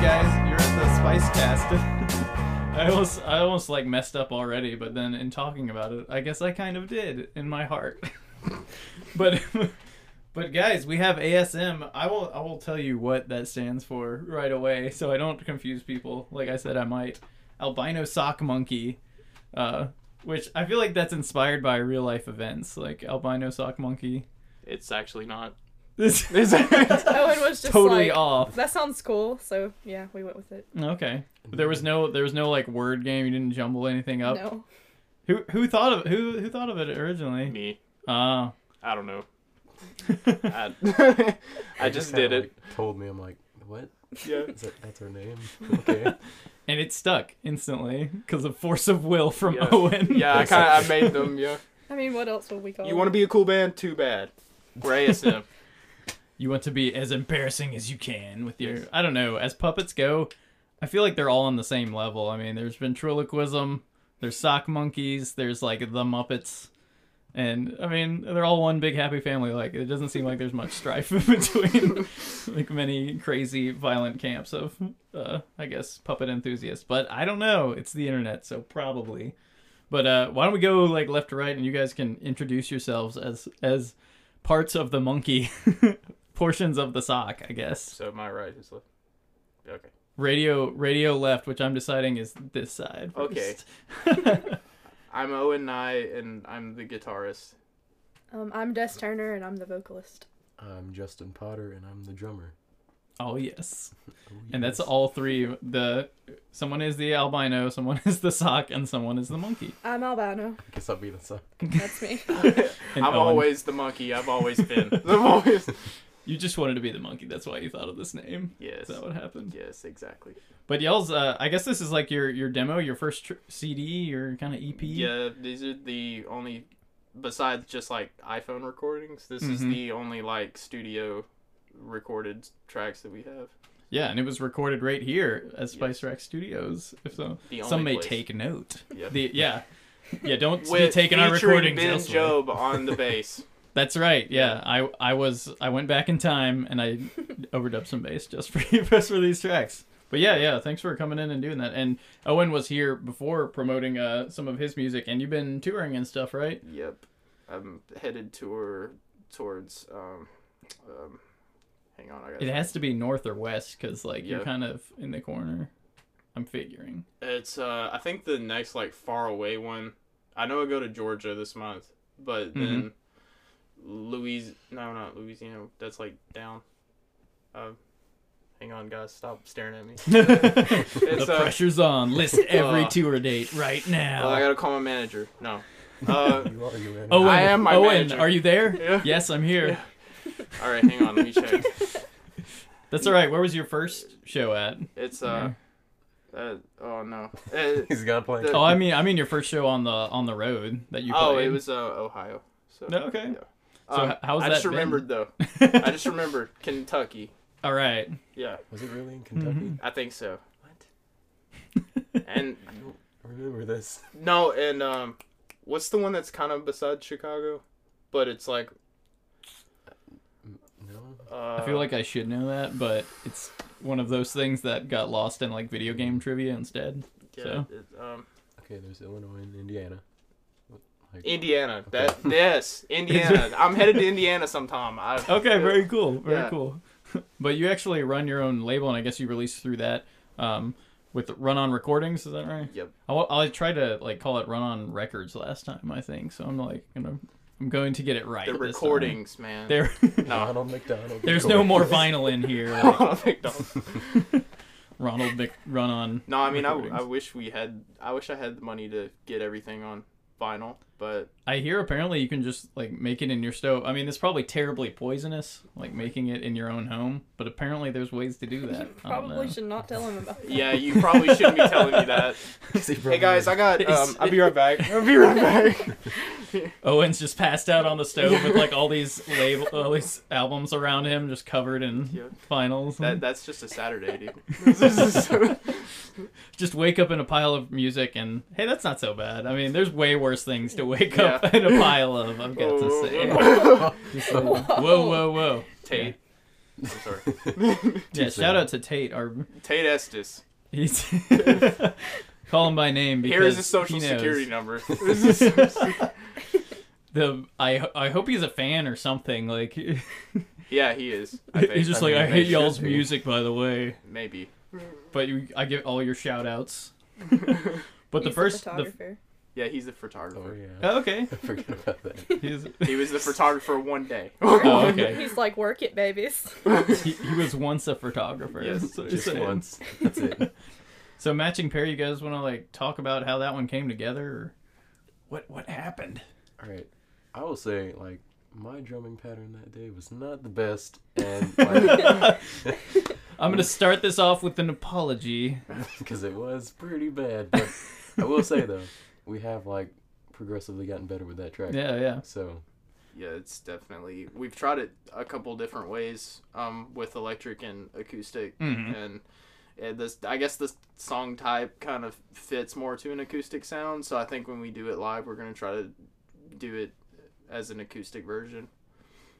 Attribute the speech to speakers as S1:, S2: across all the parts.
S1: guys. You're in the Spice Cast. I almost, I almost like messed up already, but then in talking about it, I guess I kind of did in my heart. but, but guys, we have ASM. I will, I will tell you what that stands for right away, so I don't confuse people. Like I said, I might. Albino sock monkey, uh, which I feel like that's inspired by real life events, like albino sock monkey.
S2: It's actually not.
S1: This
S2: Is
S1: is
S2: it?
S3: Owen was just
S1: totally
S3: like,
S1: off.
S3: That sounds cool. So yeah, we went with it.
S1: Okay. But there was no there was no like word game. You didn't jumble anything up.
S3: No,
S1: Who who thought of who who thought of it originally?
S2: Me.
S1: Ah.
S2: I don't know.
S1: Uh,
S2: I, I just
S4: kinda,
S2: did it.
S4: like, told me, I'm like, what?
S2: Yeah.
S4: Is that, that's her name? Okay.
S1: and it stuck instantly because of force of will from
S2: Yeah.
S1: Owen.
S2: Yeah, I kind of I made them. Yeah.
S3: I mean, what else would we call?
S2: You want to
S3: it?
S2: be a cool band? Too bad. We're ASM.
S1: You want to be as embarrassing as you can with your I don't know, as puppets go, I feel like they're all on the same level. I mean, there's ventriloquism, there's sock monkeys, there's like the Muppets. And I mean, they're all one big happy family. Like it doesn't seem like there's much strife between like many crazy violent camps of uh I guess puppet enthusiasts. But I don't know. It's the internet, so probably. But uh why don't we go like left to right and you guys can introduce yourselves as as parts of the monkey portions of the sock, I guess.
S2: So my right is left. Okay.
S1: Radio radio left, which I'm deciding is this side.
S2: Okay.
S1: Okay.
S2: I'm Owen Nye, and I'm the guitarist.
S3: Um, I'm Des Turner, and I'm the vocalist.
S4: I'm Justin Potter, and I'm the drummer.
S1: oh yes.
S4: Oh,
S1: And that's
S4: yes.
S1: all three. The someone is the albino, someone is the sock, and someone is the monkey.
S3: I'm Albano.
S4: I guess I'll be the son.
S3: That's me.
S1: Oh, And
S2: I'm
S1: Owen,
S2: always the monkey. I've always been the voice.
S1: You just wanted to be the monkey. That's why you thought of this name.
S2: Yes.
S1: Is that what happened?
S2: Yes, exactly.
S1: But y'all's. Uh, I guess this is like your your demo, your first tr- CD, your E kind of EP.
S2: Yeah, these are the only, besides just like iPhone recordings, this is
S1: Mhm.
S2: the only like studio recorded tracks that we have.
S1: Yeah, and it was recorded right here at Spice Rack Studios. If so,
S2: The
S1: some
S2: only
S1: may
S2: place.
S1: take note.
S2: Yeah.
S1: The yeah, yeah. Don't
S2: With
S1: be taking our
S2: featuring
S1: recordings
S2: Ben
S1: elsewhere.
S2: Job on the bass.
S1: That's right. Yeah, I I was I went back in time and I overdubbed some bass just for just for these tracks. But yeah, yeah. Thanks for coming in and doing that. And Owen was here before promoting uh, some of his music, and you've been touring and stuff, right?
S2: yep, I'm headed tour towards. Um, um, hang on, I got.
S1: It has to be north or west because like you're
S2: Yeah.
S1: kind of in the corner. I'm figuring.
S2: It's uh I think the next like far away one. I know I go to Georgia this month, but
S1: Mm-hmm.
S2: then Louis no not Louisiana. That's like down. Uh, hang on guys, stop staring at me.
S1: the
S2: uh,
S1: pressure's on. List every
S2: Uh,
S1: tour date right now.
S2: Oh, I gotta call my manager. No. Uh
S4: You are you, man.
S1: Owen,
S2: I am my
S1: Owen,
S2: manager.
S1: are you there?
S2: Yeah.
S1: Yes, I'm here.
S2: Yeah. all right, hang on, let me check.
S1: That's all right. Where was your first show at?
S2: It's uh, uh oh no. Uh,
S4: He's gonna play.
S2: The-
S1: Oh, I mean, I mean your first show on the on the road that you.
S2: oh,
S1: played.
S2: it was uh Ohio. So
S1: No, okay.
S2: Yeah.
S1: So
S2: Um,
S1: h- how's
S2: I
S1: that
S2: just
S1: been?
S2: remembered though. I just remembered Kentucky.
S1: All right.
S2: Yeah,
S4: Was it really in Kentucky?
S1: Mm-hmm.
S2: I think so.
S4: What?
S2: And
S4: I don't remember this.
S2: No, and um, what's the one that's kind of beside Chicago, but it's like
S4: No.
S2: uh,
S1: I feel like I should know that, but it's one of those things that got lost in like video game trivia instead.
S2: yeah,
S1: so.
S2: it- um,
S4: Okay, there's Illinois and Indiana. What, like-
S2: Indiana. That yes, Indiana. I'm headed to Indiana sometime. I,
S1: Okay, very cool. Very
S2: Yeah.
S1: cool. but you actually run your own label, and I guess you release through that um, with Run On Recordings. Is that right?
S2: Yep.
S1: I, wa- I tried to like call it Run On Records last time, I think. So I'm like, you know, I'm going to get it right.
S2: The
S1: this time.
S2: recordings, man.
S1: There,
S2: no.
S4: Ronald McDonald.
S1: there's
S4: Records.
S1: no more vinyl in here. like,
S2: Ronald McDonald.
S1: Ronald Mc, Run On.
S2: no, I mean I, I
S1: Recordings.
S2: wish we had I wish I had the money to get everything on vinyl, but
S1: I hear apparently you can just like make it in your stove. I mean, it's probably terribly poisonous, like making it in your own home. But apparently, there's ways to do that. I don't know.
S3: Probably should not tell him about. That.
S2: yeah, you probably shouldn't be telling me that.
S4: He
S2: Hey
S4: probably-
S2: guys, I got um, I'll be right back. I'll be right back.
S1: Owen's just passed out on the stove with like all these label, all these albums around him, just covered in
S2: Yeah.
S1: finals.
S2: That that's just a Saturday, dude. This is so-
S1: just wake up in a pile of music, and hey, that's not so bad. I mean, there's way worse things to wake up
S2: Yeah. Oh.
S1: in a pile of. I've got to say.
S2: Whoa.
S1: Whoa, whoa, whoa!
S2: Tate. I'm
S4: Oh,
S2: sorry.
S1: Yeah,
S4: Too
S1: shout
S4: soon.
S1: out to Tate. Our
S2: Tate Estes.
S1: he's call him by name because
S2: Here is his social
S1: he knows.
S2: security number.
S1: The I I hope he's a fan or something. Like
S2: yeah, he is. I think.
S1: he's just
S4: I
S1: like
S4: mean,
S1: I
S4: they
S1: hate
S4: should
S1: y'all's
S4: be."
S1: music, by the way.
S2: Maybe.
S1: But you, I give all your shout outs. But the
S3: He's a
S1: first the,
S3: photographer.
S2: Yeah, he's the
S4: Oh
S2: photographer.
S4: yeah.
S1: okay,
S4: I forgot about that.
S1: he's,
S2: He was the photographer one day.
S1: Oh, okay.
S3: He's like, work it, babies.
S1: he, he was once a photographer.
S2: Yes,
S1: that's what you're
S4: Just
S1: saying.
S4: once. That's it.
S1: So matching pair, you guys want to like talk about how that one came together? Or what what happened?
S4: All right. I will say like my drumming pattern that day was not the best, and like
S1: I'm gonna start this off with an apology.
S4: because it was pretty bad. But I will say though, we have like progressively gotten better with that track.
S1: Yeah, yeah.
S4: So
S2: Yeah, it's definitely. We've tried it a couple different ways, um, with electric and acoustic,
S1: Mhm.
S2: and, and this. I guess this song type kind of fits more to an acoustic sound. So I think when we do it live, we're gonna try to do it as an acoustic version.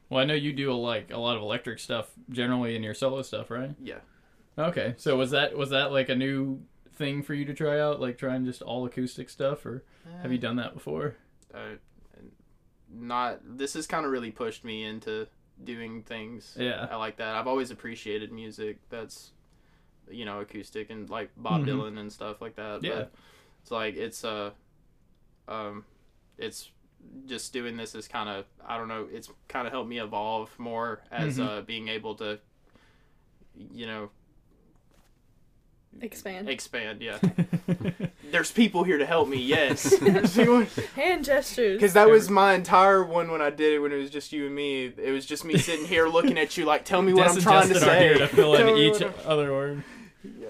S1: Well, I know you do like a lot of electric stuff generally in your solo stuff, right?
S2: Yeah,
S1: Okay. So was that was that like a new thing for you to try out, like trying just all acoustic stuff, or have you done that before?
S2: Uh, not. This has kind of really pushed me into doing things.
S1: Yeah.
S2: I like that. I've always appreciated music that's, you know, acoustic and like Bob
S1: Mhm.
S2: Dylan and stuff like that.
S1: Yeah.
S2: But it's like it's uh, um, it's just doing this is kind of I don't know. It's kind of helped me evolve more as
S1: Mhm.
S2: uh being able to, you know,
S3: Expand.
S2: expand. Yeah. There's people here to help me. Yes.
S3: Hand gestures.
S2: Because that was my entire one when I did it when it was just you and me. It was just me sitting here looking at you like, tell me what
S1: Des
S2: I'm
S1: and
S2: trying to
S1: Justin are here
S2: say.
S1: to fill
S2: Tell
S1: in
S2: me
S1: each
S2: what I'm-
S1: other word.
S2: Yeah.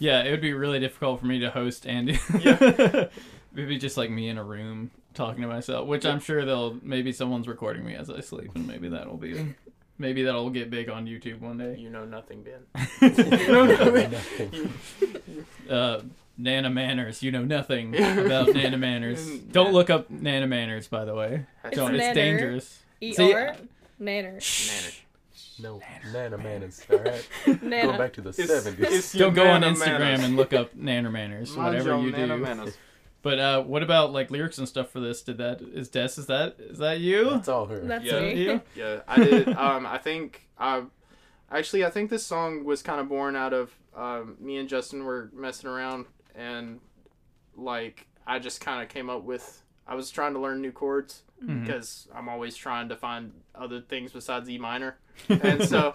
S1: Yeah, it would be really difficult for me to host and It'd be just like me in a room talking to myself, which I'm sure they'll maybe someone's recording me as I sleep, and maybe that'll be, maybe that'll get big on YouTube one day.
S2: You know nothing, Ben.
S4: no,
S1: Uh, Nana Manners, you know nothing about Nana Manners. Don't look up Nana Manners, by the way.
S2: That's
S1: Don't. It's
S3: Nanner.
S1: dangerous.
S3: ER.
S1: See,
S3: Nanner.
S1: Shh.
S4: no, Nana Manners. All right. Going
S3: Nana.
S4: back to the
S2: It's-
S4: seventies.
S2: it's
S1: Don't go
S2: your
S1: on
S2: Nana
S1: Instagram
S2: Manners.
S1: and look up Nana Manners.
S2: Mind
S1: whatever
S2: your
S1: you
S2: Nana
S1: do.
S2: Manners.
S1: But uh, what about like lyrics and stuff for this? Did that is Des? Is that is that you?
S4: That's all her.
S3: That's
S2: Yeah.
S3: me.
S1: You?
S2: Yeah, I did. Um, I think I actually I think this song was kind of born out of um, me and Justin were messing around and like I just kind of came up with I was trying to learn new chords
S1: Mhm.
S2: because I'm always trying to find other things besides E minor, and so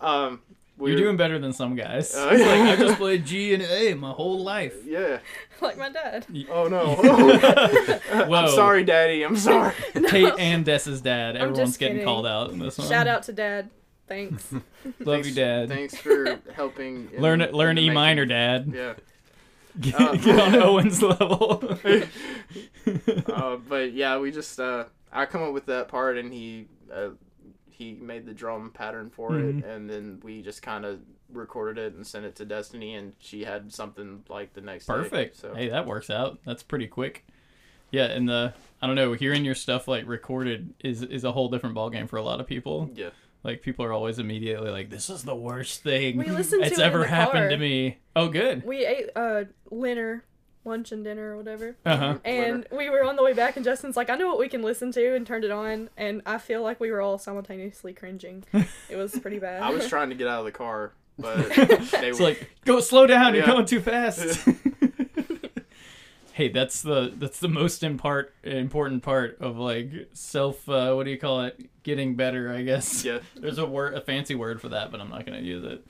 S2: um, we
S1: You're
S2: were-
S1: doing better than some guys.
S2: Uh,
S1: It's like I just played G and A my whole life.
S2: yeah.
S3: Like my dad.
S2: Oh no.
S1: Whoa.
S2: Oh. I'm sorry, Daddy. I'm sorry.
S1: Tate and Des's dad.
S3: I'm
S1: Everyone's
S3: just
S1: getting
S3: kidding.
S1: called out in this one.
S3: Shout out to dad. Thanks.
S1: Love
S2: Thanks-
S1: you, Dad.
S2: Thanks for helping. in-
S1: Learn
S2: in
S1: learn
S2: the
S1: E
S2: making.
S1: minor, Dad.
S2: Yeah.
S1: Get,
S2: Uh,
S1: get on Owen's level.
S2: uh, but yeah, we just uh, I come up with that part, and he uh, he made the drum pattern for
S1: Mhm.
S2: it, and then we just kind of recorded it and sent it to Destiny, and she had something like the next day,
S1: Perfect.
S2: so
S1: Hey, that works out. That's pretty quick. Yeah, and the I don't know, hearing your stuff like recorded is is a whole different ballgame for a lot of people.
S2: yeah,
S1: Like people are always immediately like, "This is the worst thing
S3: We listened to
S1: that's
S3: it in
S1: ever
S3: the
S1: happened
S3: car.
S1: to me." Oh, good.
S3: We ate uh dinner, lunch and dinner or whatever.
S1: Uh huh.
S3: And we were on the way back, and Justin's like, I know what we can listen to, and turned it on. And I feel like we were all simultaneously cringing. It was pretty bad.
S2: I was trying to get out of the car, but they
S1: It's like, go slow down. You're
S2: Yeah.
S1: going too fast. hey, that's the that's the most in part, important part of like self. Uh, what do you call it? Getting better, I guess.
S2: yeah,
S1: There's a word, a fancy word for that, but I'm not gonna use it.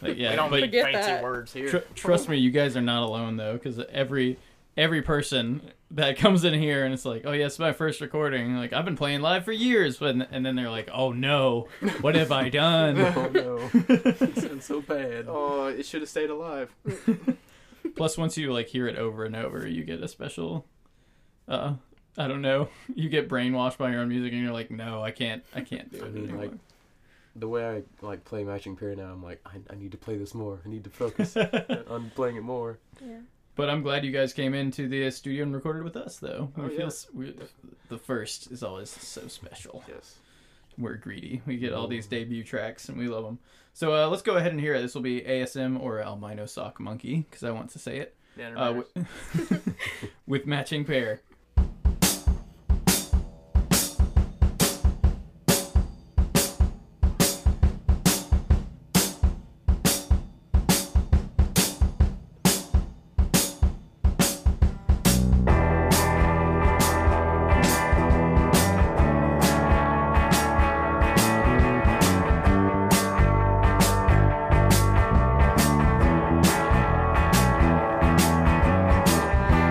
S1: But yeah,
S2: we don't
S1: but
S2: need
S3: Forget
S2: fancy
S3: that.
S2: words here.
S1: tr- trust me, you guys are not alone though, because every every person that comes in here and it's like, oh yeah, it's my first recording. Like I've been playing live for years, but and then they're like, oh no, what have I done?
S4: Oh no, it sounds so bad.
S2: oh, it should have stayed alive.
S1: Plus, once you like hear it over and over, you get a special. Uh, I don't know. You get brainwashed by your own music, and you're like, no, I can't, I can't do
S4: I
S1: it
S4: mean,
S1: anymore.
S4: like the way I like play matching pair now, I'm like, I, I need to play this more. I need to focus on playing it more.
S3: Yeah.
S1: But I'm glad you guys came into the studio and recorded with us, though.
S2: Oh,
S1: we
S2: yeah.
S1: feel s- we, the first is always so special.
S2: Yes,
S1: we're greedy. We get all
S2: Mm-hmm.
S1: these debut tracks and we love them. So uh, let's go ahead and hear it. This will be ASM or Albino Sock Monkey because I want to say it
S2: Yeah, it
S1: uh,
S2: matters.
S1: wi- with matching pair.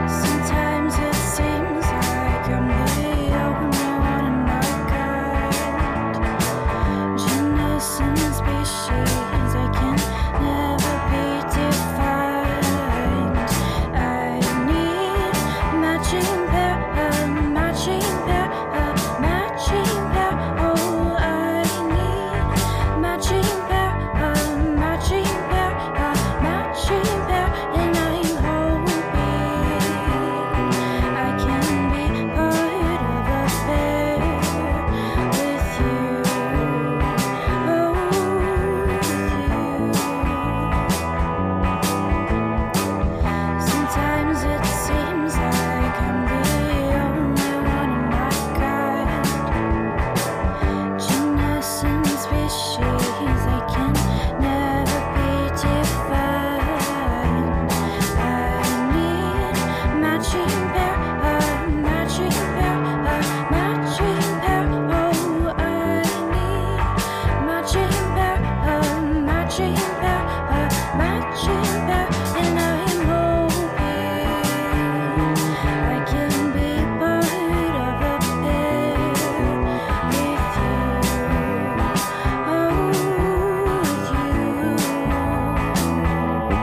S5: Sometimes it seems like I'm the only one in my kind. Genus and species, I can never be defined. I need matching pair, a matching pair, a matching pair. Oh, I need matching pair, a matching pair, a matching pair, and I won't be. I can be part of a fair with you, oh, with you. Sometimes it seems like I'm the only one in my kind. Genus and species, I can never be defined. I need matching pair, a matching pair, a matching pair. Oh, I need matching pair, a matching pair, a matching pair, and I'm hoping I can be part of a Oh, pair with you, oh, with you.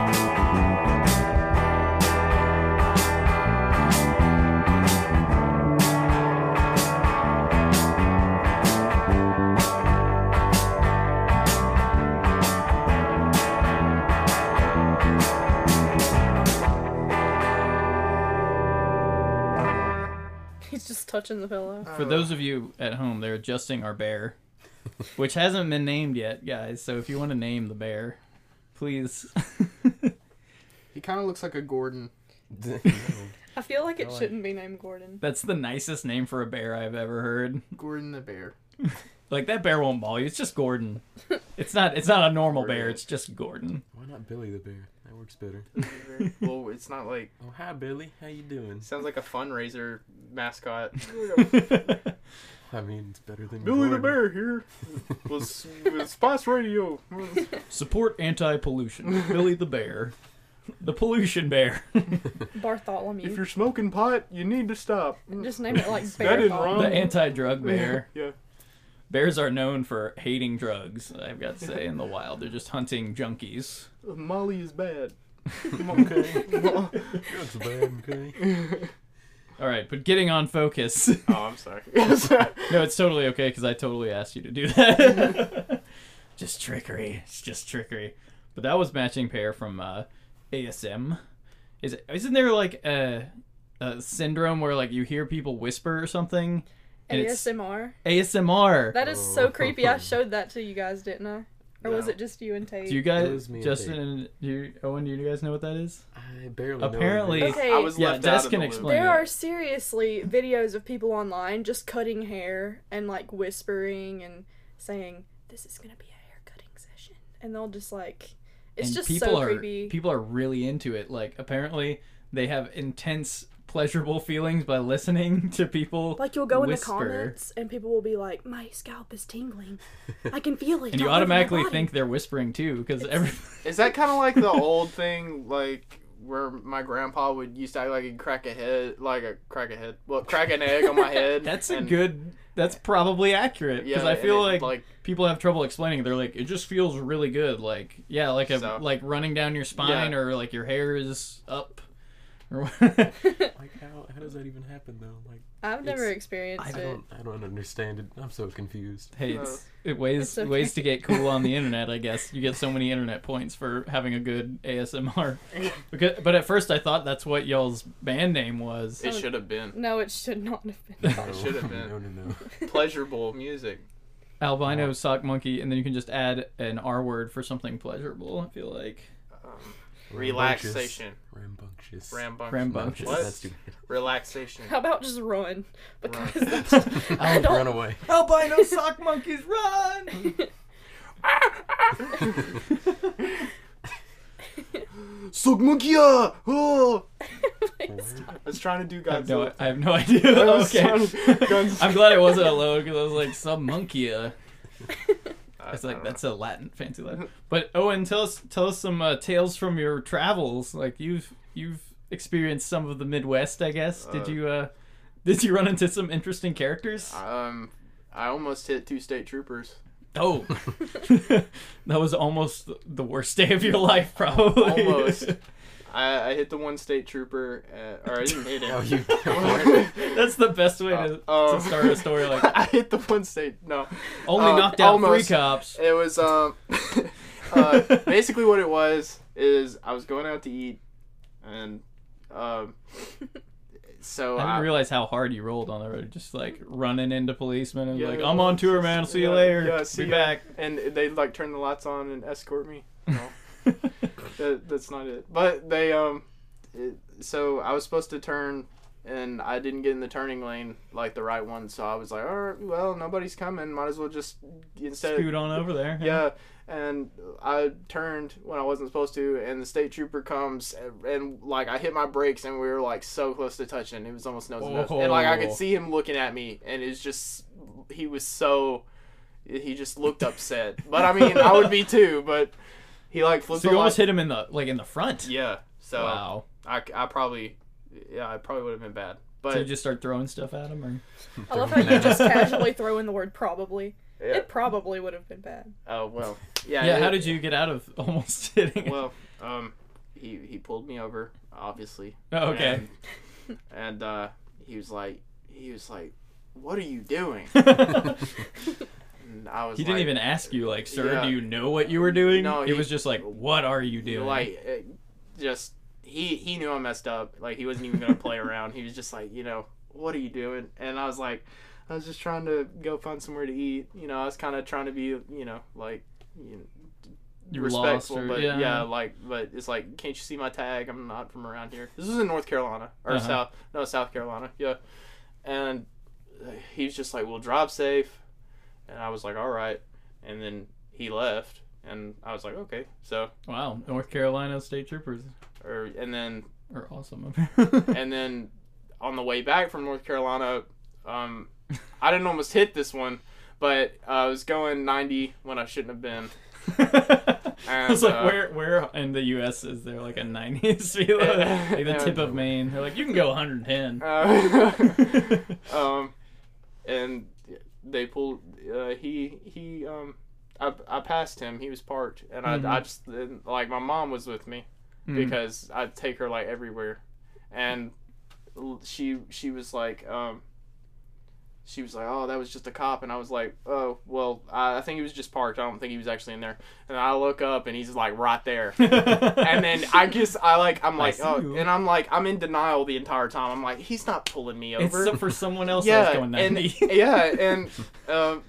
S3: He's just touching the pillow.
S1: For
S2: Oh.
S1: those of you at home, they're adjusting our bear, which hasn't been named yet, guys. So if you want to name the bear, please.
S6: He kind of looks like a Gordon.
S3: I feel like it
S4: Go on.
S3: shouldn't be named Gordon.
S1: That's the nicest name for a bear I've ever heard.
S6: Gordon the bear.
S1: Like that bear won't maul you. It's just Gordon. It's not. It's not a normal bear. It's just Gordon.
S4: Why not Billy the Bear? That works better.
S2: well, it's not like
S4: Oh, hi Billy. How you doing?
S2: sounds like a fundraiser mascot.
S4: I mean, it's better than
S2: Billy the
S4: Gordon.
S2: Bear here with, with Spice Radio.
S1: Support anti-pollution. Billy the bear, the pollution bear.
S2: If
S3: Bartholomew.
S2: you're smoking pot, you need to stop.
S3: Just name it like
S2: That is
S1: the
S2: wrong.
S3: Bartholomew.
S1: anti-drug bear.
S2: Um, Yeah.
S1: Bears are known for hating drugs. I've got to say, in the wild, they're just hunting junkies.
S2: Molly is bad.
S4: Okay.
S2: Oh,
S4: That's bad. Okay.
S1: All right, but getting on focus.
S2: Oh, I'm sorry.
S1: no, it's totally okay because I totally asked you to do that. just trickery. It's just trickery. But that was matching pair from uh, ASM. Is isn't there like a, a syndrome where like you hear people whisper or something? And it's
S3: ASMR.
S1: ASMR.
S3: That is so creepy. I showed that to you guys, didn't I? Or was
S2: No.
S3: it just you and Tate?
S1: do you
S4: That
S1: guys,
S4: was me and
S1: Justin
S4: Tate.
S1: and do you, Owen, do you guys know what that is?
S4: I barely.
S1: Apparently-
S4: know
S1: Okay.
S4: what
S3: Okay,
S2: I was
S1: Yeah,
S2: left
S1: Des
S2: out of
S1: can
S2: the loop.
S1: explain.
S3: there are seriously videos of people online just cutting hair and like whispering and saying, "This is gonna be a hair cutting session," and they'll just like, it's
S1: and
S3: just
S1: people
S3: so
S1: are
S3: creepy.
S1: people are really into it. Like apparently they have intense pleasurable feelings by listening to people
S3: like you'll go
S1: whisper.
S3: in the comments and people will be like, "My scalp is tingling, I can feel it."
S1: and you
S3: all over my
S1: automatically
S3: body."
S1: think they're whispering too because every
S2: Is that kind of like the old thing, like where my grandpa would used to act like he'd crack a head, like a crack a head, well, crack an egg on my head.
S1: that's a
S2: and-
S1: good that's probably accurate because i
S2: and
S1: feel
S2: it,
S1: like, people have trouble explaining it. they're like it just feels really good like yeah like a
S2: So-
S1: like running down your spine
S2: Yeah.
S1: or like your hair is up or
S4: I mean. Like how? How does that even happen though? Like
S3: I've never
S4: it's-
S3: experienced
S4: I
S3: it.
S4: don't. I don't understand it. I'm so confused.
S1: hey it's, it ways
S3: It's okay.
S1: ways to get cool on the internet i guess you get so many internet points for having a good asmr because, but at first i thought that's what y'all's band name was
S2: it should have been
S3: No, it should not have been.
S2: It should have been.
S4: No, no, no.
S2: pleasurable music.
S1: albino
S2: Oh.
S1: sock monkey, and then you can just add an R word for something pleasurable. I feel like
S2: Relaxation.
S4: Rambunctious.
S2: Rambunctious.
S1: Rambunctious.
S4: That's
S2: What?
S4: stupid.
S2: Relaxation.
S3: How about just run? Because that's, I
S1: Um,
S4: I'll run
S3: don't.
S4: away.
S1: albino sock monkeys run.
S4: Sock monkey! ah! Oh!
S2: I was trying to do
S1: I have no,
S2: Godzilla.
S1: I have no idea.
S2: I was
S1: okay,
S2: trying to- Godzilla.
S1: I'm glad I wasn't alone because I was like some monkey. Uh,
S2: I-
S1: it's
S2: I
S1: like
S2: don't know.
S1: that's a Latin fancy Latin. But Owen, tell us tell us some uh, tales from your travels. Like you've you've experienced some of the Midwest, I guess. Did
S2: Uh,
S1: you uh did you run into some interesting characters?
S2: Um, I almost hit two state troopers.
S1: oh, that was almost the worst day of your life, probably.
S2: Almost. I, I hit the one state trooper, uh or I didn't hit him.
S4: Oh, you.
S1: That's the best way to,
S2: Uh,
S1: to start a story. Like
S2: I hit the one state. No,
S1: only
S2: uh,
S1: knocked out
S2: almost.
S1: three cops.
S2: it was um, uh, basically what it was is I was going out to eat, and um, so
S1: I
S2: I,
S1: didn't realize how hard you rolled on the road, just like running into policemen and
S2: Yeah,
S1: like,
S2: it
S1: "I'm
S2: was-
S1: on tour, man. I'll see you
S2: yeah,
S1: later.
S2: yeah, see
S1: Be
S2: ya."
S1: back."
S2: and they like turn the lights on and escort me. No, that, that's not it. But they um, it, so I was supposed to turn, and I didn't get in the turning lane like the right one. So I was like, all right, well, nobody's coming. Might as well just instead.
S1: Scoot on over there.
S2: Yeah, and I turned when I wasn't supposed to, and the state trooper comes, and, and like I hit my brakes, and we were like so close to touching. It was almost nose to nose, and like I
S1: Oh.
S2: could see him looking at me, and it's just he was so he just looked upset. but I mean, I would be too. But he like flipped.
S1: So
S2: the
S1: you almost
S2: light-
S1: hit him in the like in the front.
S2: Yeah. So
S1: Wow.
S2: I, I probably yeah I probably would have been bad, but
S1: So you just start throwing stuff at him, or
S3: I love how you just casually throw in the word probably.
S2: Yeah.
S3: It probably would have been bad.
S2: oh well. Yeah.
S1: yeah.
S2: it-
S1: How did you get out of almost hitting? him?
S2: Well, um, he he pulled me over, obviously.
S1: Oh, okay.
S2: And, and, uh, he was like, he was like, "What are you doing?" And I was.
S1: he didn't
S2: like-
S1: even ask you, like, "Sir,
S2: Yeah.
S1: do you know what you were doing?"
S2: No,
S1: it
S2: he-
S1: was just like, "What are you doing?"
S2: Like, it- just he he knew I messed up. Like he wasn't even gonna play around. He was just like, you know, what are you doing? And I was like, I was just trying to go find somewhere to eat. You know, I was kind of trying to be, you know, like. You know,
S1: you were lost,
S2: respectful,
S1: or
S2: but
S1: yeah.
S2: yeah. like, but it's like, can't you see my tag? I'm not from around here. This was in North Carolina or
S1: Uh-huh.
S2: South, no, South Carolina, yeah. And uh, he was just like, "Well, drive safe," and I was like, "All right," and then he left, and I was like, "Okay," so
S1: Wow, North Carolina state troopers
S2: or and then
S1: are awesome. apparently.
S2: and then on the way back from North Carolina, um, I didn't almost hit this one, but uh, I was going 90 when I shouldn't have been.
S1: I was like,
S2: And, uh,
S1: where, where in the U.S. is there like a 90s speed limit? Like the
S2: and-
S1: tip of Maine. They're like, you can go 110.
S2: Uh, um, and they pulled. Uh, he he um, I, I passed him. He was parked, and I,
S1: Mm-hmm.
S2: I just and, like my mom was with me
S1: Hmm. Mm.
S2: because I take her like everywhere, and l- she she was like um. She was like, "Oh, that was just a cop," and I was like, "Oh, well, I, I think he was just parked. I don't think he was actually in there." And I look up, and he's like right there and then I just I like I'm like
S1: see you.
S2: oh, and I'm like I'm in denial the entire time. I'm like he's not pulling me
S1: it's
S2: over.
S1: so- for someone else
S2: yeah,
S1: that's going 90.
S2: and yeah, and um,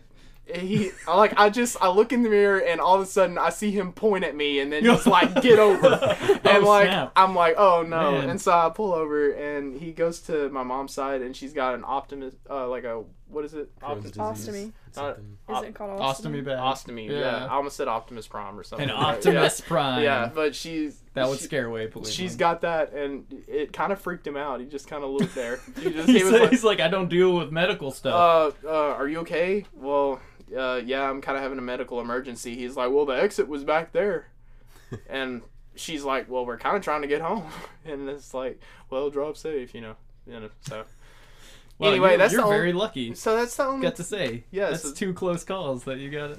S2: he I like I just I look in the mirror and all of a sudden I see him point at me and then just like get over. And
S1: Oh,
S2: like
S1: snap.
S2: I'm like oh no,
S1: Man.
S2: and so I pull over and he goes to my mom's side and she's got an optimist uh, like a what is it
S4: Crohn's
S2: Opti-
S4: disease.
S3: Ostomy.
S4: Something.
S2: Op-
S3: Isn't it called
S1: Ostomy
S3: ostomy?
S1: bag.
S2: ostomy yeah.
S1: Yeah.
S2: I almost said Optimus Prime or something
S1: An
S2: but yeah.
S1: Optimus Prime.
S2: yeah but she's
S1: That would
S2: she-
S1: scare away police.
S2: She's got that, and it kind of freaked him out. He just kind of looked there. He just,
S1: He
S2: he was
S1: said,
S2: like,
S1: he's like, I don't deal with medical stuff.
S2: uh, uh, "Are you okay?" Well, uh, yeah, I'm kind of having a medical emergency. He's like, "Well, the exit was back there," and she's like, "Well, we're kind of trying to get home," and it's like, "Well, drop safe," you know. You know so,
S1: Well,
S2: anyway,
S1: you're,
S2: that's
S1: you're
S2: the only-
S1: very lucky.
S2: so that's the only.
S1: Got to say,
S2: Yeah,
S1: that's
S2: so-
S1: two close calls that you got.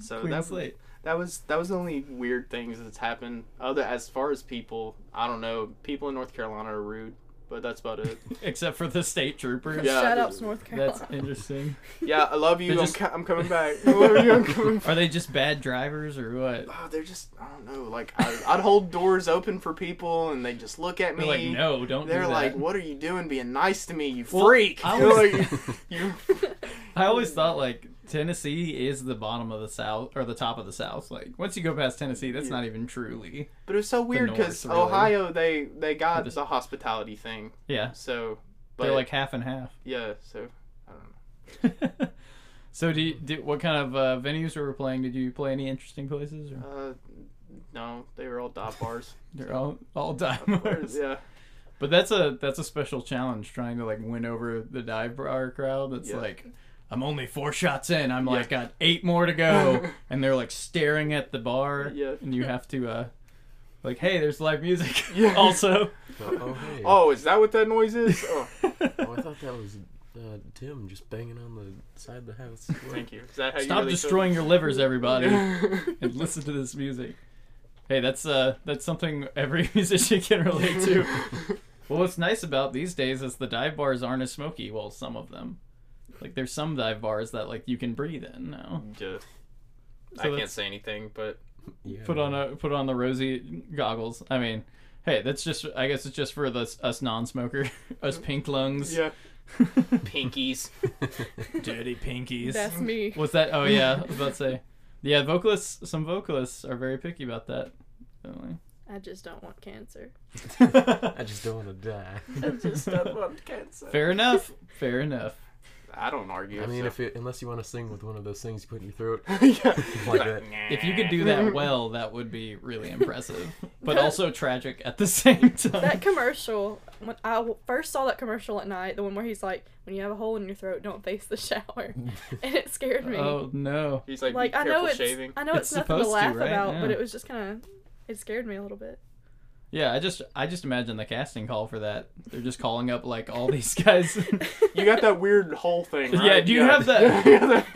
S2: so
S1: Clean
S2: that,
S1: slate.
S2: that was that was the only weird things that's happened. Other as far as people, I don't know. People in North Carolina are rude, but that's about it.
S1: Except for the state troopers.
S2: Yeah.
S3: Shout out to North Carolina.
S1: That's interesting.
S2: yeah, I love you.
S1: They're
S2: I'm,
S1: just-
S2: co- I'm coming back. I love you. I'm coming back.
S1: Are they just bad drivers or what?
S2: oh, they're just I don't know. Like I, I'd hold doors open for people, and they just look at me.
S1: They're like, no, don't
S2: They're
S1: do that.
S2: like, "What are oh, you doing? Being nice to me, you
S1: Well,
S4: Oh,
S2: freak!"
S1: I
S2: They're
S1: was-
S2: like, you-
S1: I always thought like Tennessee is the bottom of the South or the top of the South. Like once you go past Tennessee, that's not even truly.
S2: But it was so weird because
S1: North, really.
S2: Ohio, they they got
S1: Just-
S2: the hospitality thing.
S1: Yeah,
S2: So, but
S1: they're like half and half.
S2: yeah, so I don't know.
S1: so do you, do what kind of uh, venues were we playing? Did you play any interesting places? Or
S2: Uh, no, they were all dot bars.
S1: they're all all
S2: Of course,
S1: divers.
S2: yeah,
S1: But that's a that's a special challenge trying to like win over the dive bar crowd. That's
S2: Yeah.
S1: like I'm only four shots in. I'm like got eight more to go, and they're like staring at the bar,
S2: yeah.
S1: and you have to uh, like, hey, there's live music.
S2: Yeah.
S1: also,
S4: Oh, oh, hey. oh.
S2: Oh, is that what that noise is? Oh,
S4: I thought that was uh, Tim just banging on the side of the house.
S2: thank you. Is that how you
S1: stop
S2: really
S1: destroying your livers, everybody,
S2: feel?
S1: and listen to this music. Hey, that's uh, that's something every musician can relate to. Well, what's nice about these days is the dive bars aren't as smoky. Well, some of them. Like there's some dive bars that like you can breathe in now.
S2: Yeah.
S1: So
S2: I can't
S1: that's-
S2: say anything, but
S4: Yeah,
S1: Put on a put on the rosy goggles. I mean, hey, that's just I guess it's just for the, us non-smoker, us pink lungs,
S2: yeah, pinkies.
S1: dirty pinkies.
S3: That's me.
S1: What's that? Oh yeah, I was about to say. Yeah, vocalists. Some vocalists are very picky about that. Apparently.
S3: I just don't want cancer.
S4: I just don't want to die.
S1: Fair enough. Fair enough.
S2: I don't argue.
S4: I mean,
S2: so-
S4: if it, unless you want to sing with one of those things you put in your throat,
S2: yeah.
S4: like that.
S1: If you could do that well, that would be really impressive, but also tragic at the same time.
S3: That commercial, when I w- first saw that commercial at night, the one where he's like, when you have a hole in your throat, don't face the shower. and it scared me.
S1: Oh no.
S2: He's like,
S3: like,
S2: be
S3: I
S2: careful
S3: know it's,
S2: shaving.
S3: I know
S1: It's
S3: it's, nothing to
S1: supposed to,
S3: laugh
S1: right?
S3: about, but
S1: Yeah.
S3: it was just kind of, it scared me a little bit.
S1: Yeah, I just I just imagine the casting call for that. They're just calling up like all these guys.
S2: You got that weird hole thing, right?
S1: Yeah, do you
S2: Yeah.
S1: have that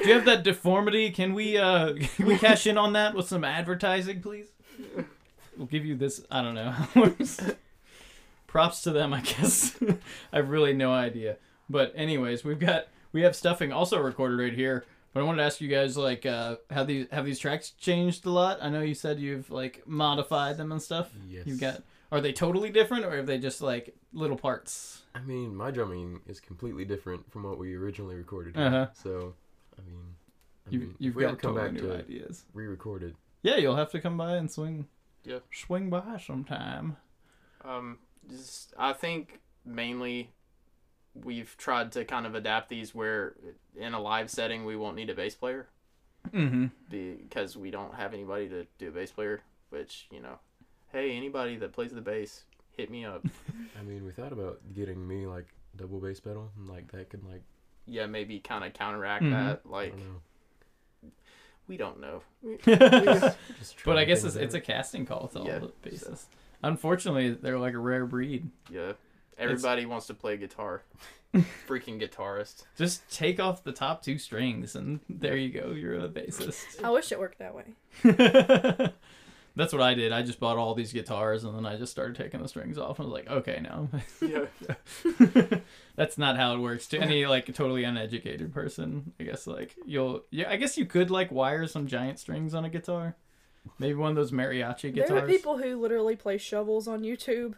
S1: do you have that deformity? Can we uh can we cash in on that with some advertising, please? We'll give you this I don't know how it works. Props to them, I guess. I have really no idea. But anyways, we've got we have stuffing also recorded right here. But I wanted to ask you guys like uh have these have these tracks changed a lot? I know you said you've like modified them and stuff.
S4: Yes.
S1: You got are they totally different or are they just like little parts?
S4: I mean, my drumming is completely different from what we originally recorded. here.
S1: Uh-huh.
S4: So, I mean, I
S1: You've,
S4: mean,
S1: you've
S4: if we ever
S1: got
S4: come
S1: totally
S4: back
S1: new
S4: to
S1: ideas.
S4: re-record it,
S1: Yeah, you'll have to come by and swing.
S2: Yeah.
S1: Swing by sometime.
S2: Um, just, I think mainly we've tried to kind of adapt these where in a live setting we won't need a bass player
S1: Mm-hmm.
S2: because we don't have anybody to do a bass player. Which you know, hey, anybody that plays the bass, hit me up.
S4: I mean, we thought about getting me like double bass pedal, and like that could like
S2: yeah, maybe kind of counteract
S1: Mhm.
S2: that.
S4: I
S2: Like
S4: don't know.
S2: we don't know.
S4: Just
S1: but I
S4: trying
S1: guess
S4: things
S1: it's, it's a
S4: out.
S1: casting call to all
S2: Yeah,
S1: the bases. Unfortunately, they're like a rare breed.
S2: Yeah, everybody wants to play guitar. Freaking guitarist.
S1: Just take off the top two strings, and there you go. You're a bassist.
S3: I wish it worked that way.
S1: That's what I did. I just bought all these guitars, and then I just started taking the strings off. and was like, okay, no.
S2: Yeah.
S1: That's not how it works to any like totally uneducated person. I guess like you'll yeah. I guess you could like wire some giant strings on a guitar. Maybe one of those mariachi guitars.
S3: There are people who literally play shovels on YouTube.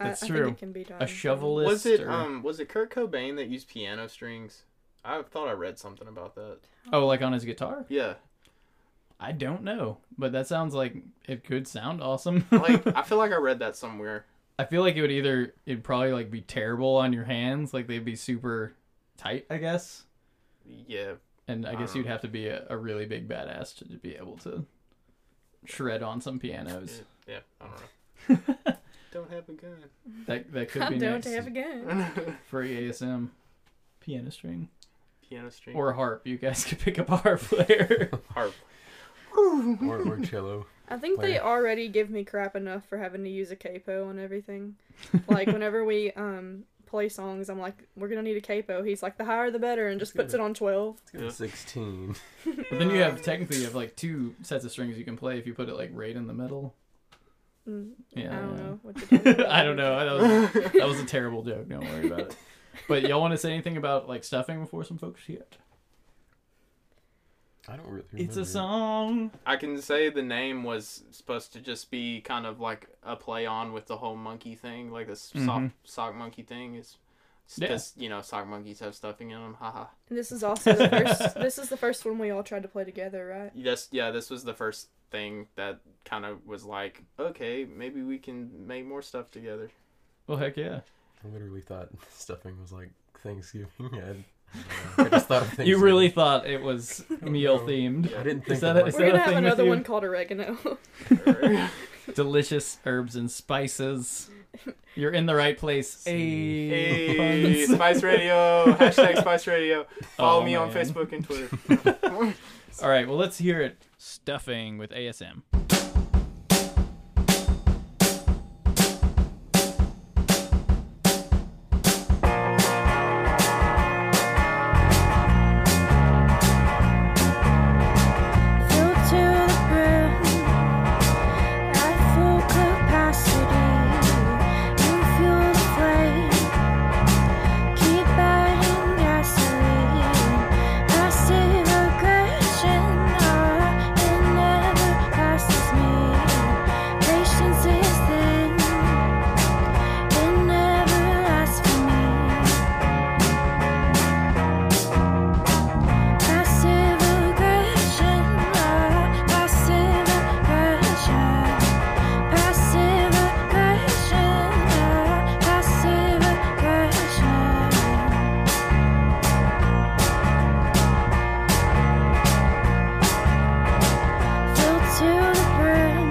S1: That's
S3: I, I
S1: true.
S3: think it can be done.
S1: a shovelist.
S2: Was it
S1: or-
S2: um was it Kurt Cobain that used piano strings? I thought I read something about that.
S1: Oh, like on his guitar?
S2: Yeah.
S1: I don't know, but that sounds like it could sound awesome.
S2: Like I feel like I read that somewhere.
S1: I feel like it would either it'd probably like be terrible on your hands, like they'd be super tight, I guess.
S2: Yeah.
S1: And I guess
S2: don't
S1: you'd have to be a, a really big badass to be able to shred on some pianos.
S2: Yeah, I don't know. Don't have a gun.
S1: That that could
S3: I
S1: be
S3: don't
S1: next
S3: have a gun.
S1: for ASM piano string
S2: piano string.
S1: or a harp. You guys could pick up a harp player.
S2: harp.
S4: or, or cello.
S3: I think they
S4: Player.
S3: already give me crap enough for having to use a capo on everything. Like whenever we um play songs, I'm like, we're gonna need a capo. He's like, the higher the better, and just puts it on twelve.
S4: It's got a
S2: Yeah.
S4: sixteen.
S1: but then you
S3: uh,
S1: have technically you have like two sets of strings you can play if you put it like right in the middle.
S3: Mm,
S1: Yeah.
S3: I don't know what to do.
S1: I don't know. That was, that was a terrible joke. Don't worry about it. But y'all want to say anything about like stuffing before some folks yet?
S4: I don't really. Remember.
S1: It's a song.
S2: I can say the name was supposed to just be kind of like a play on with the whole monkey thing, like this sock,
S1: Mhm.
S2: sock monkey thing is
S1: Yeah.
S2: Because you know sock monkeys have stuffing in them. Haha.
S3: And this is also the first. this is the first one we all tried to play together, right?
S2: Yes, yeah. This was the first thing that kind of was like, okay, maybe we can make more stuff together.
S1: Well, heck yeah.
S4: I literally thought stuffing was like Thanksgiving. I, I just thought of Thanksgiving.
S1: You really thought it was meal themed.
S4: I didn't think
S1: Is that
S4: of
S1: it? Is
S4: like-
S3: We're
S1: that
S3: gonna
S1: a
S3: have
S1: thing with
S3: another
S1: you?
S3: one called oregano.
S1: Delicious herbs and spices. You're in the right place.
S4: See.
S2: Hey,
S1: puns.
S2: Spice Radio. Hashtag Spice Radio. Follow
S1: Oh,
S2: me on
S1: man.
S2: Facebook and Twitter.
S1: All right, well, let's hear it. Stuffing with ASM.
S5: Filled to the brim at full capacity. You fuel the flame, keep adding gasoline. I see regression, it never passes me. Patience is thin, it never lasts for me. Passive aggression, passive aggression, passive aggression, passive aggression. Filled to the brim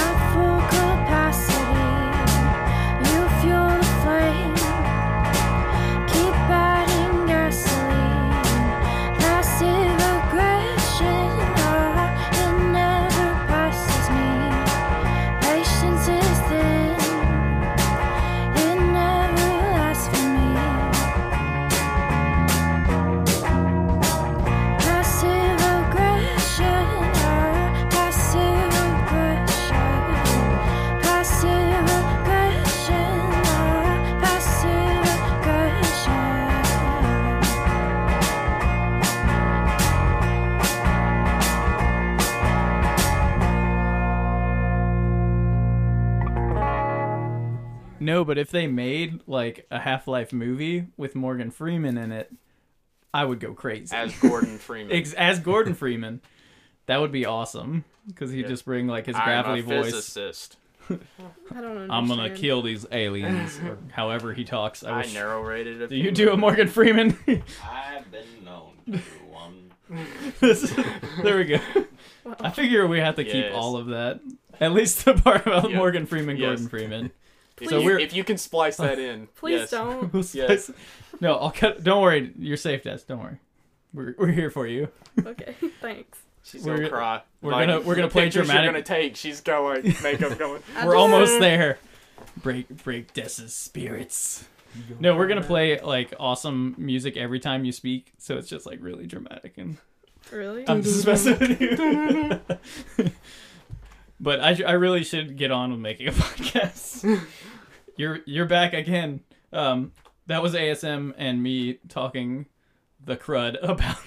S5: at full capacity, you fuel the flame. Keep adding gasoline. Passive aggression, ah, it never passes me. Patience is thin, it never lasts for me. Passive aggression, ah, passive aggression. Passive aggression, ah, passive aggression.
S1: No, but if they made like a Half Life movie with Morgan Freeman in it, I would go crazy.
S2: As Gordon Freeman.
S1: Ex- as Gordon Freeman, that would be awesome because he'd just bring like his gravelly
S2: I'm a
S1: voice.
S2: physicist.
S3: I don't understand.
S1: I'm gonna kill these aliens, or however he talks. I,
S2: I,
S1: wish.
S2: narrated it.
S1: Do you do a Morgan Freeman?
S7: I've been known to do one.
S1: This- there we go. I figure we have to keep
S2: Yes.
S1: all of that. At least the part about
S2: Yeah.
S1: Morgan Freeman,
S2: Yes.
S1: Gordon Freeman.
S2: If,
S1: So
S2: you,
S1: we're-
S2: if you can splice that in.
S3: Please
S2: yes.
S3: don't.
S1: We'll
S2: Yes.
S1: spice- No, I'll cut. Don't worry, you're safe, Des. Don't worry. We're, we're here for you.
S3: Okay, thanks.
S2: She's
S1: We're
S2: gonna
S1: go-
S2: cry.
S1: we're gonna- we're gonna
S2: the
S1: play
S2: pictures
S1: dramatic-
S2: You're gonna take. She's going makeup going.
S3: I
S1: We're
S3: just-
S1: almost there. Break break Des's spirits. No, we're gonna play like awesome music every time you speak, so it's just like really dramatic and
S3: Really?
S1: I'm just Oh, messing with you. but I, I really should get on with making a podcast. you're you're back again. Um, that was ASM and me talking the crud about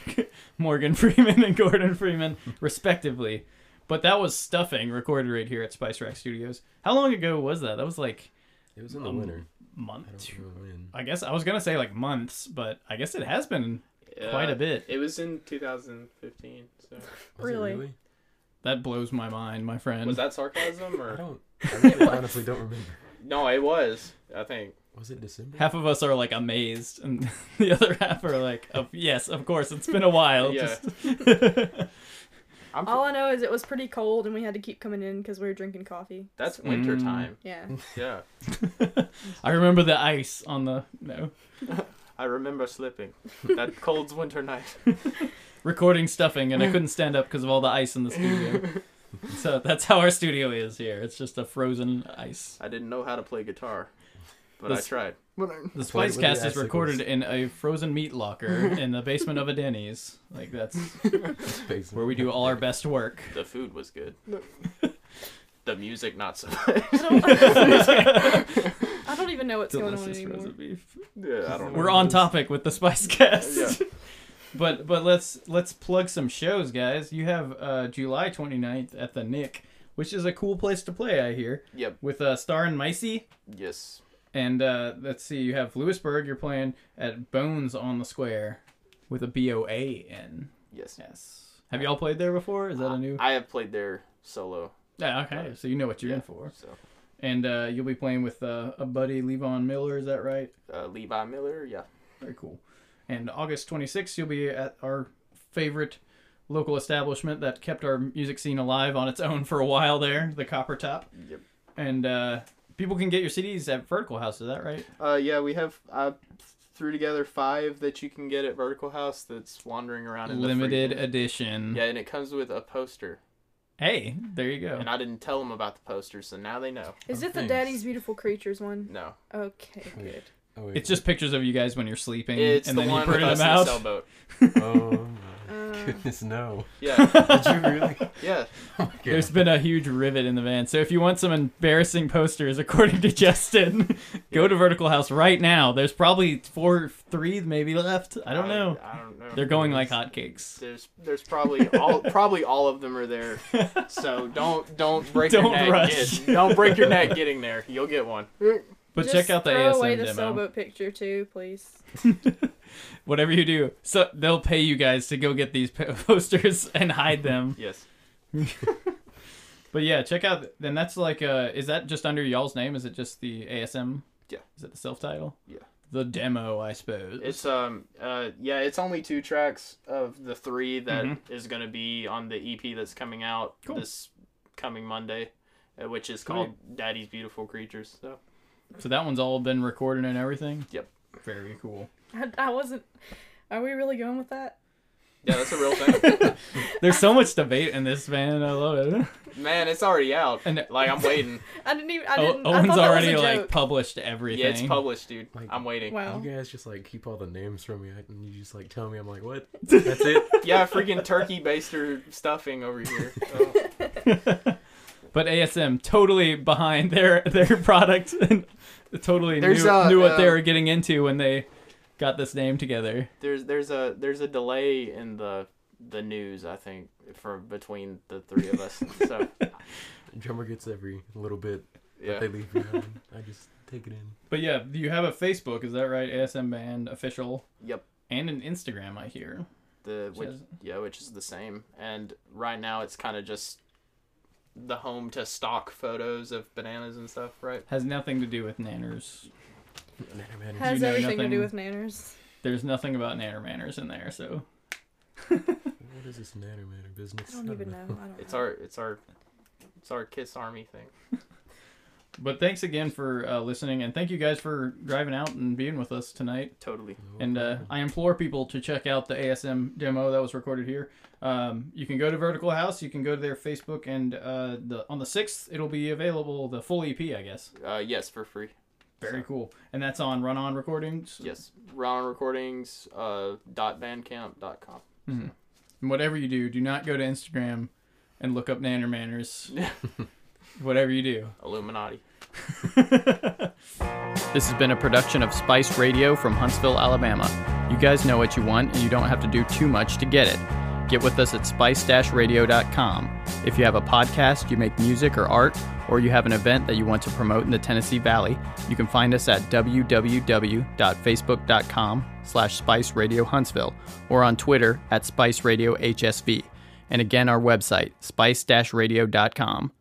S1: Morgan Freeman and Gordon Freeman respectively. But that was stuffing recorded right here at Spice Rack Studios. How long ago was that? That was like
S4: It was in the
S1: Um,
S4: winter. I
S1: month.
S4: don't know when.
S1: I guess I was gonna say like months, but I guess it has been
S4: Uh,
S1: quite a bit.
S2: Uh, It was in 2015. So
S4: Was it
S3: Really?
S1: That blows my mind, my friend.
S2: was that sarcasm
S4: I
S2: or
S4: don't. I really
S3: was.
S4: honestly don't remember.
S2: no? It was. I think.
S4: Was it December?
S1: half of us are like amazed and the other half are like of yes of course it's been a while
S2: Yeah.
S1: Just-
S2: I'm,
S3: All I know is it was pretty cold and we had to keep coming in because we were drinking coffee.
S2: that's winter
S1: Mm.
S2: time.
S3: Yeah.
S2: Yeah.
S1: i remember the ice on the no
S2: I remember slipping. That cold's winter night.
S1: recording stuffing and i couldn't stand up because of all the ice in the studio so that's how our studio is here it's just a frozen ice
S2: I didn't know how to play guitar, but
S1: This-
S2: I tried.
S6: But I-
S1: the
S4: Play
S1: spice
S4: with the
S1: cast is
S4: icicles.
S1: recorded in a frozen meat locker in the basement of a denny's like that's
S4: Space.
S1: where we do all our best work
S2: The food was good.
S6: No.
S2: the music not so.
S3: I don't, I don't even know what's going on
S1: delicious
S3: anymore.
S1: frozen beef
S2: yeah, I don't know.
S1: We're on topic with the Spice Cast.
S2: Yeah.
S1: but but let's let's plug some shows, guys. You have uh, July 29th at the Nick, which is a cool place to play, I hear,
S2: Yep.
S1: with uh, Star and Micey
S2: Yes.
S1: And uh, let's see, you have Lewisburg. You're playing at Bones on the Square with a B O A N.
S2: Yes.
S1: Yes. Have y'all played there before? Is that a new?
S2: I have played there solo.
S1: Yeah, okay. So you know what you're in for.
S2: So
S1: And uh, you'll be playing with uh, a buddy, Levon Miller. Is that right?
S2: uh, Levi Miller, yeah.
S1: Very cool. And August 26th, you'll be at our favorite local establishment that kept our music scene alive on its own for a while there, the Copper Top.
S2: Yep.
S1: And uh, people can get your CDs at Vertical House, is that right?
S2: Uh, yeah, we have I threw together five that you can get at Vertical House. That's wandering around in
S1: Limited
S2: The free-
S1: edition.
S2: yeah, and it comes with a poster,
S1: Hey, there you go.
S2: and I didn't tell them about the poster, so now they know.
S3: Is it the
S1: Okay.
S3: Daddy's Beautiful Creatures one?
S2: No,
S3: Okay, good.
S4: Oh, wait.
S1: It's just pictures of you guys when you're sleeping,
S2: it's
S1: and
S2: the
S1: then you
S2: one with
S1: printed
S2: us
S1: them
S2: in the
S1: out.
S2: sailboat.
S4: Oh my
S3: Uh.
S4: goodness, no.
S2: Yeah,
S4: Did you really?
S2: yeah.
S1: There's been a huge rivet in the van. So if you want some embarrassing posters, according to Justin, go to Vertical House right now. There's probably four, three maybe left. I don't know.
S2: I, don't know.
S1: They're going like hotcakes.
S2: There's there's probably all probably all of them are there. So don't don't break
S1: Don't
S2: your neck.
S1: rush.
S2: get- don't break your neck getting there. You'll get one.
S1: But
S3: Just
S1: check out the
S3: throw away
S1: ASM
S3: the
S1: demo.
S3: sailboat picture too, please.
S1: Whatever you do, so they'll pay you guys to go get these po- posters and hide them.
S2: Yes.
S1: But yeah, check out. Then that's like, uh, is that just under y'all's name? Is it just the ASM?
S2: Yeah.
S1: Is it the self title?
S2: Yeah.
S1: The demo, I suppose.
S2: It's um uh yeah, it's only two tracks of the three that
S1: Mhm.
S2: is going to be on the EP that's coming out
S1: Cool.
S2: this coming Monday, uh, which is
S1: Sweet.
S2: called Daddy's Beautiful Creatures. So
S1: so that one's all been recorded and everything.
S2: Yep.
S1: Very cool.
S3: I, I wasn't. Are we really going with that?
S2: yeah, that's a real thing.
S1: There's so much debate in this van. I love it.
S2: Man, it's already out.
S1: And-
S2: like I'm waiting.
S3: I didn't even. I
S1: O-
S3: didn't. I
S1: Owen's
S3: thought
S1: already
S3: that was a
S1: like
S3: joke.
S1: published everything.
S2: Yeah, it's published, dude.
S4: Like-
S2: I'm waiting.
S3: Wow.
S4: You guys just like keep all the names from me, and you just like tell me. I'm like, what? That's it.
S2: Yeah, freaking turkey baster stuffing over here. Oh.
S1: but ASM totally behind their their product and totally
S2: There's,
S1: knew,
S2: uh,
S1: knew what they
S2: uh,
S1: were getting into when they got this name together.
S2: there's there's a there's a delay in the the news I think for between the three of us. So
S4: Drummer gets every little bit that
S2: yeah,
S4: they leave behind. I just take it in.
S1: But yeah, you have a Facebook, is that right? ASM Band official.
S2: Yep.
S1: And an Instagram, I hear.
S2: the which,
S1: Says-
S2: yeah, which is the same. And right now it's kind of just the home to stock photos of bananas and stuff, right?
S1: Has nothing to do with nanners.
S4: Nanner Manners.
S3: Has
S1: you know
S3: everything to do with
S1: nothing.
S3: nanners.
S1: There's nothing about nanner manners in there, so
S4: What is this Nanner Manner business?
S3: I don't even know. I don't.
S2: It's
S3: know.
S2: our it's our it's our Kiss Army thing.
S1: but thanks again for uh, listening and thank you guys for driving out and being with us tonight.
S2: Totally.
S1: And uh, I implore people to check out the ASM demo that was recorded here. Um, you can go to Vertical House. You can go to their Facebook, and uh, the on the sixth it'll be available the full EP, I guess.
S2: Uh, yes, for free.
S1: Very cool. And that's on Run On Recordings.
S2: Yes, Round Recordings. Uh, dot bandcamp. Dot com.
S1: And whatever you do, do not go to Instagram and look up Nanner Manners. whatever you do.
S2: Illuminati.
S1: This has been a production of Spice Radio from Huntsville, Alabama. You guys know what you want, and you don't have to do too much to get it. Get with us at spice-radio.com. If you have a podcast, you make music or art, or you have an event that you want to promote in the Tennessee Valley, you can find us at www.facebook.com slash Spice Radio Huntsville or on Twitter at Spice Radio HSV. And again, our website, spice-radio.com.